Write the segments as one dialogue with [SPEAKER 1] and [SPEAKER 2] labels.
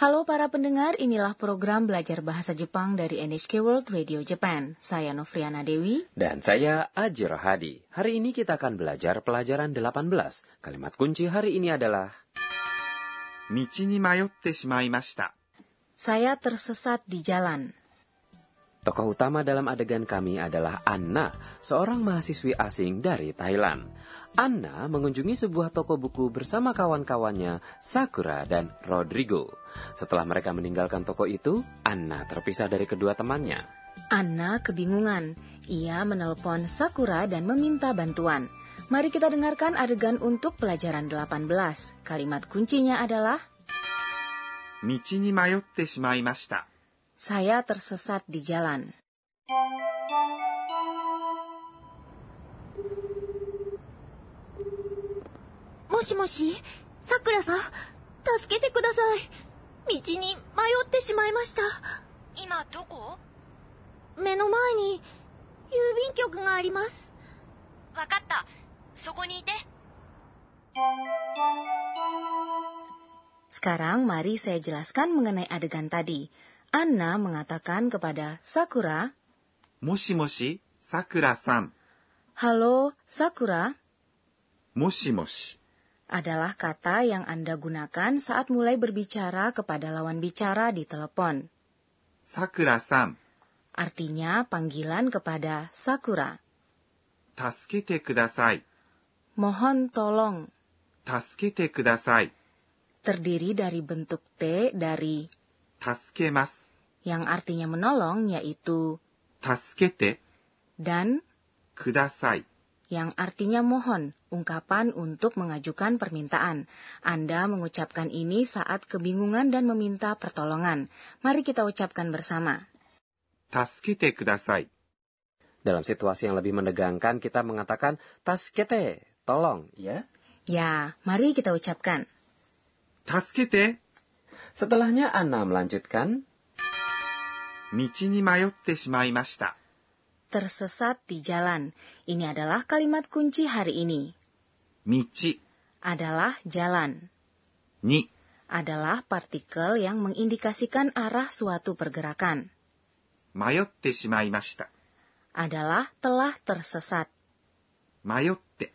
[SPEAKER 1] Halo para pendengar, inilah program belajar bahasa Jepang dari NHK World Radio Japan. Saya Novriana Dewi.
[SPEAKER 2] Dan saya Ajir Hadi. Hari ini kita akan belajar pelajaran 18. Kalimat kunci hari ini adalah
[SPEAKER 3] 道に迷ってしまいました。
[SPEAKER 1] Saya tersesat di jalan.
[SPEAKER 2] Tokoh utama dalam adegan kami adalah Anna, seorang mahasiswi asing dari Thailand. Anna mengunjungi sebuah toko buku bersama kawan-kawannya Sakura dan Rodrigo. Setelah mereka meninggalkan toko itu, Anna terpisah dari kedua temannya.
[SPEAKER 1] Anna kebingungan. Ia menelpon Sakura dan meminta bantuan. Mari kita dengarkan adegan untuk pelajaran 18. Kalimat kuncinya adalah
[SPEAKER 3] 道に迷ってしまいました。
[SPEAKER 1] saya tersesat di jalan. Sekarang mari saya jelaskan mengenai adegan tadi. Anna mengatakan kepada Sakura,
[SPEAKER 3] もしもし、さくらさん。
[SPEAKER 1] Halo Sakura
[SPEAKER 3] もしもし、
[SPEAKER 1] adalah kata yang Anda gunakan saat mulai berbicara kepada lawan bicara di telepon.
[SPEAKER 3] さくらさん、
[SPEAKER 1] Artinya panggilan kepada Sakura.
[SPEAKER 3] 助けてください。
[SPEAKER 1] Mohon tolong
[SPEAKER 3] 助けてください。
[SPEAKER 1] terdiri dari bentuk T dari
[SPEAKER 3] 助けます。
[SPEAKER 1] yang artinya menolong yaitu
[SPEAKER 3] 助けて
[SPEAKER 1] dan
[SPEAKER 3] ください。
[SPEAKER 1] yang artinya mohon, ungkapan untuk mengajukan permintaan. Anda mengucapkan ini saat kebingungan dan meminta pertolongan. Mari kita ucapkan bersama.
[SPEAKER 3] 助けてください。
[SPEAKER 2] Dalam situasi yang lebih menegangkan, kita mengatakan taskete, tolong, ya.
[SPEAKER 1] Ya, mari kita ucapkan.
[SPEAKER 3] 助けて
[SPEAKER 2] Setelahnya Anna melanjutkan,
[SPEAKER 3] 道に迷ってしまいました。
[SPEAKER 1] Tersesat di jalan. Ini adalah kalimat kunci hari ini.
[SPEAKER 3] 道
[SPEAKER 1] Adalah jalan.
[SPEAKER 3] に
[SPEAKER 1] Adalah partikel yang mengindikasikan arah suatu pergerakan.
[SPEAKER 3] 迷ってしまいました。
[SPEAKER 1] Adalah telah tersesat.
[SPEAKER 3] 迷って、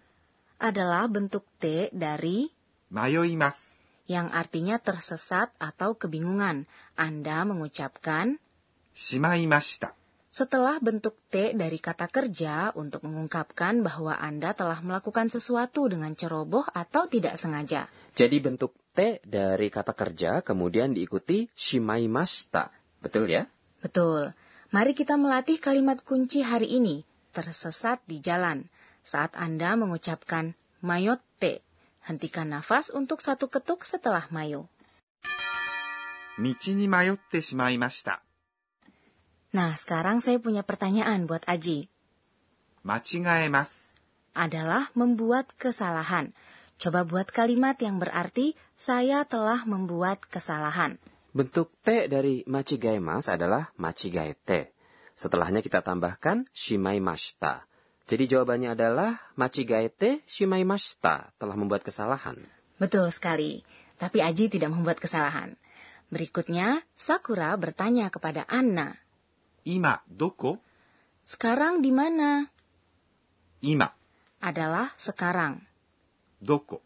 [SPEAKER 1] Adalah bentuk T dari
[SPEAKER 3] 迷います。
[SPEAKER 1] yang artinya tersesat atau kebingungan. Anda mengucapkan
[SPEAKER 3] しまいました。
[SPEAKER 1] setelah bentuk T dari kata kerja untuk mengungkapkan bahwa Anda telah melakukan sesuatu dengan ceroboh atau tidak sengaja.
[SPEAKER 2] jadi bentuk T dari kata kerja kemudian diikuti shimaimashita. Betul ya?
[SPEAKER 1] Betul. Mari kita melatih kalimat kunci hari ini, tersesat di jalan. Saat Anda mengucapkan mayotte, hentikan nafas untuk satu ketuk setelah mayo.
[SPEAKER 3] 道に迷ってしまいました。
[SPEAKER 1] Nah, sekarang saya punya pertanyaan buat Aji.
[SPEAKER 3] 間違えます。
[SPEAKER 1] adalah membuat kesalahan. Coba buat kalimat yang berarti saya telah membuat kesalahan.
[SPEAKER 2] Bentuk T dari machigai mas adalah machigai T. Setelahnya kita tambahkan shimaimashita. Jadi jawabannya adalah machigai T shimaimashita telah membuat kesalahan.
[SPEAKER 1] Betul sekali, tapi Aji tidak membuat kesalahan. Berikutnya, Sakura bertanya kepada Anna,
[SPEAKER 3] 今、どこ
[SPEAKER 1] "Sekarang di mana?"
[SPEAKER 3] 今、
[SPEAKER 1] adalah sekarang,
[SPEAKER 3] どこ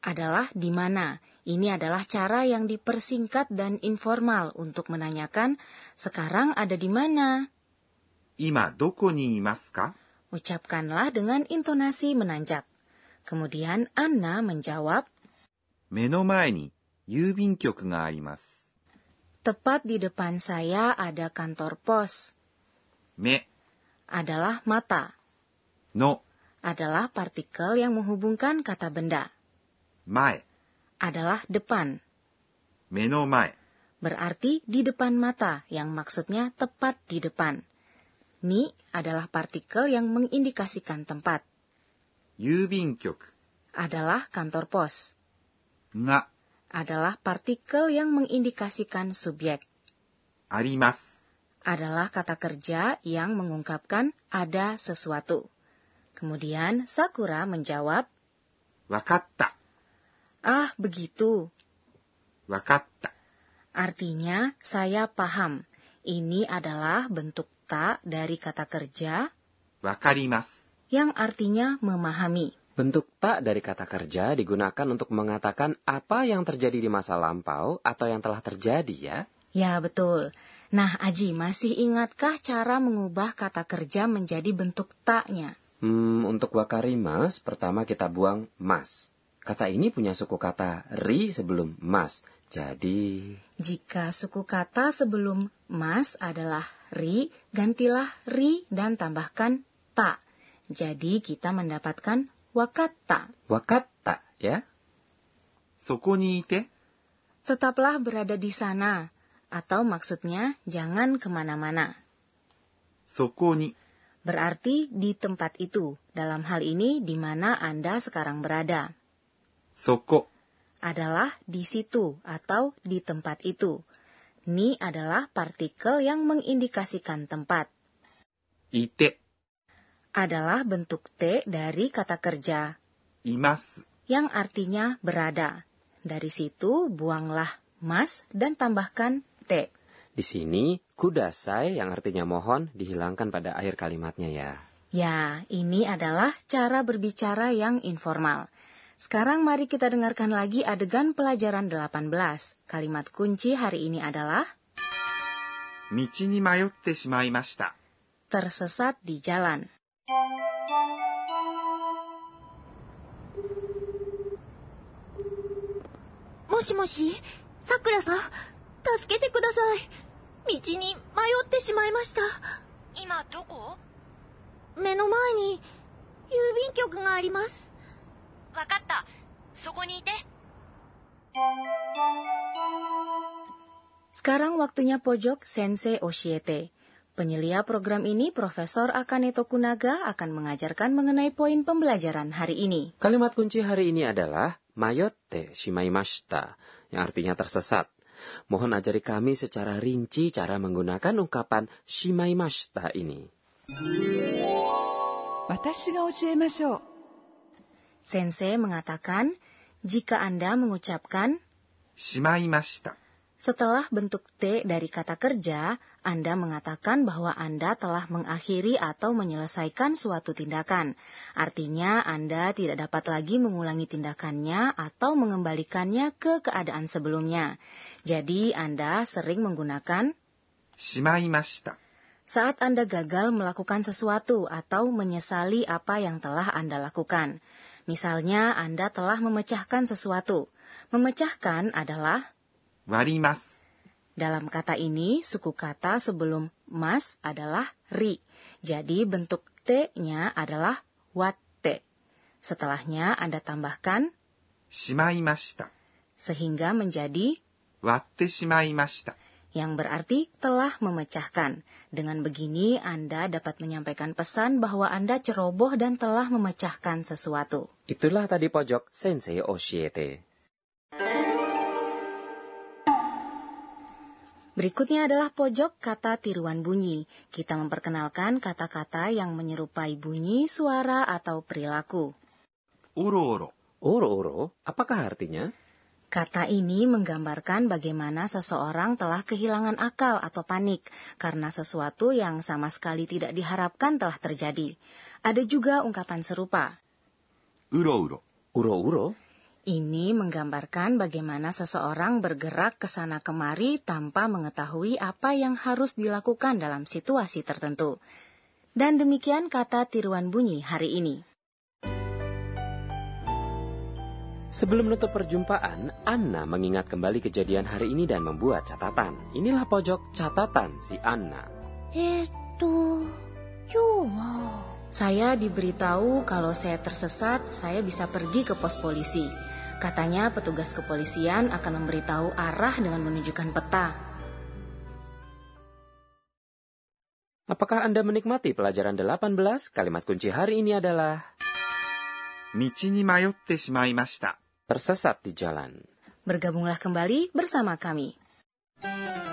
[SPEAKER 1] adalah di mana. Ini adalah cara yang dipersingkat dan informal untuk menanyakan sekarang ada di mana.
[SPEAKER 3] 今どこにいますか
[SPEAKER 1] Ucapkanlah dengan intonasi menanjak. Kemudian Anna menjawab,
[SPEAKER 3] 目の前に郵便局があります。
[SPEAKER 1] Tepat di depan saya ada kantor pos,
[SPEAKER 3] 目
[SPEAKER 1] adalah mata,
[SPEAKER 3] の
[SPEAKER 1] adalah partikel yang menghubungkan kata benda,
[SPEAKER 3] 前、
[SPEAKER 1] adalah depan,
[SPEAKER 3] 目の前、
[SPEAKER 1] berarti di depan mata, yang maksudnya tepat di depan. Ni adalah partikel yang mengindikasikan tempat,
[SPEAKER 3] 郵便局
[SPEAKER 1] adalah kantor pos,
[SPEAKER 3] が
[SPEAKER 1] adalah partikel yang mengindikasikan subjek,
[SPEAKER 3] あります。
[SPEAKER 1] adalah kata kerja yang mengungkapkan ada sesuatu. Kemudian Sakura menjawab,
[SPEAKER 3] わかった、
[SPEAKER 1] Ah, begitu.
[SPEAKER 3] わかった。
[SPEAKER 1] adalah Artinya, saya paham. Ini adalah bentuk tak dari kata kerja
[SPEAKER 3] わかります。
[SPEAKER 1] yang artinya memahami.
[SPEAKER 2] Bentuk tak dari kata kerja digunakan untuk mengatakan apa yang terjadi di masa lampau atau yang telah terjadi ya.
[SPEAKER 1] Ya, betul. Nah, Aji, masih ingatkah cara mengubah kata kerja menjadi bentuk taknya?
[SPEAKER 2] Hmm, untuk wakarimas, pertama kita buang mas. Kata ini punya suku kata ri sebelum mas. Jadi,
[SPEAKER 1] Jika suku kata sebelum mas adalah ri, gantilah ri dan tambahkan ta. Jadi kita mendapatkan wakata.
[SPEAKER 2] wakata ya.
[SPEAKER 3] そこにいて、
[SPEAKER 1] Tetaplah berada di sana. Atau maksudnya jangan kemana-mana.
[SPEAKER 3] そこに、
[SPEAKER 1] Berarti di tempat itu. Dalam hal ini di mana Anda sekarang berada.
[SPEAKER 3] そこ、
[SPEAKER 1] Adalah di situ atau di tempat itu. Ni adalah partikel yang mengindikasikan tempat.
[SPEAKER 3] いて、
[SPEAKER 1] adalah bentuk T dari kata kerja
[SPEAKER 3] います。
[SPEAKER 1] yang artinya berada. Dari situ buanglah mas dan tambahkan T.
[SPEAKER 2] Di sini, kudasai yang artinya mohon dihilangkan pada akhir kalimatnya ya.
[SPEAKER 1] Ya, ini adalah cara berbicara yang informal. Sekarang mari kita dengarkan lagi adegan pelajaran 18. Kalimat kunci hari ini adalah
[SPEAKER 3] 道に迷ってしまいました。
[SPEAKER 1] tersesat di jalan.
[SPEAKER 4] 「もしもしさくらさん助けてください道に迷ってしまいました今どこ目の前に郵便局がありますわかったそこにいて
[SPEAKER 1] Sekarang waktunya pojok Sensei Oshiete. Penyelia program ini, Profesor Akane Tokunaga akan mengajarkan mengenai poin pembelajaran hari ini.
[SPEAKER 2] Kalimat kunci hari ini adalah mayotte shimaimashita, yang artinya tersesat. Mohon ajari kami secara rinci cara menggunakan ungkapan shimaimashita ini.
[SPEAKER 5] 私が教えましょう
[SPEAKER 1] Sensei mengatakan, jika Anda mengucapkan
[SPEAKER 3] しまいました。
[SPEAKER 1] setelah bentuk T dari kata kerja, Anda mengatakan bahwa Anda telah mengakhiri atau menyelesaikan suatu tindakan. Artinya, Anda tidak dapat lagi mengulangi tindakannya atau mengembalikannya ke keadaan sebelumnya. Jadi, Anda sering menggunakan
[SPEAKER 3] しまいました。
[SPEAKER 1] saat Anda gagal melakukan sesuatu atau menyesali apa yang telah Anda lakukan. Misalnya, Anda telah memecahkan sesuatu. Memecahkan adalah
[SPEAKER 3] 割ります。
[SPEAKER 1] dalam kata ini suku kata sebelum mas adalah ri. Jadi bentuk t-nya adalah watte. Setelahnya Anda tambahkan
[SPEAKER 3] しまいました。
[SPEAKER 1] sehingga menjadi
[SPEAKER 3] 割ってしまいました。
[SPEAKER 1] yang berarti telah memecahkan. Dengan begini, Anda dapat menyampaikan pesan bahwa Anda ceroboh dan telah memecahkan sesuatu.
[SPEAKER 2] Itulah tadi pojok Sensei Oshiete.
[SPEAKER 1] Berikutnya adalah pojok kata tiruan bunyi. Kita memperkenalkan kata-kata yang menyerupai bunyi, suara, atau perilaku.
[SPEAKER 3] おろおろ、
[SPEAKER 2] Oro-oro, apakah artinya?
[SPEAKER 1] Kata ini menggambarkan bagaimana seseorang telah kehilangan akal atau panik karena sesuatu yang sama sekali tidak diharapkan telah terjadi. Ada juga ungkapan serupa,
[SPEAKER 3] うろうろ、
[SPEAKER 2] Uro-uro?
[SPEAKER 1] Ini menggambarkan bagaimana seseorang bergerak ke sana kemari tanpa mengetahui apa yang harus dilakukan dalam situasi tertentu. Dan demikian kata tiruan bunyi hari ini.
[SPEAKER 2] Sebelum menutup perjumpaan, Anna mengingat kembali kejadian hari ini dan membuat catatan. Inilah pojok catatan si Anna.
[SPEAKER 4] えー、っと今日は
[SPEAKER 1] Saya diberitahu kalau saya tersesat, saya bisa pergi ke pos polisi. Katanya petugas kepolisian akan memberitahu arah dengan menunjukkan peta.
[SPEAKER 2] Apakah Anda menikmati pelajaran 18? Kalimat kunci hari ini adalah
[SPEAKER 3] 道に迷ってしまいました。
[SPEAKER 2] tersesat di jalan.
[SPEAKER 1] Bergabunglah kembali bersama kami.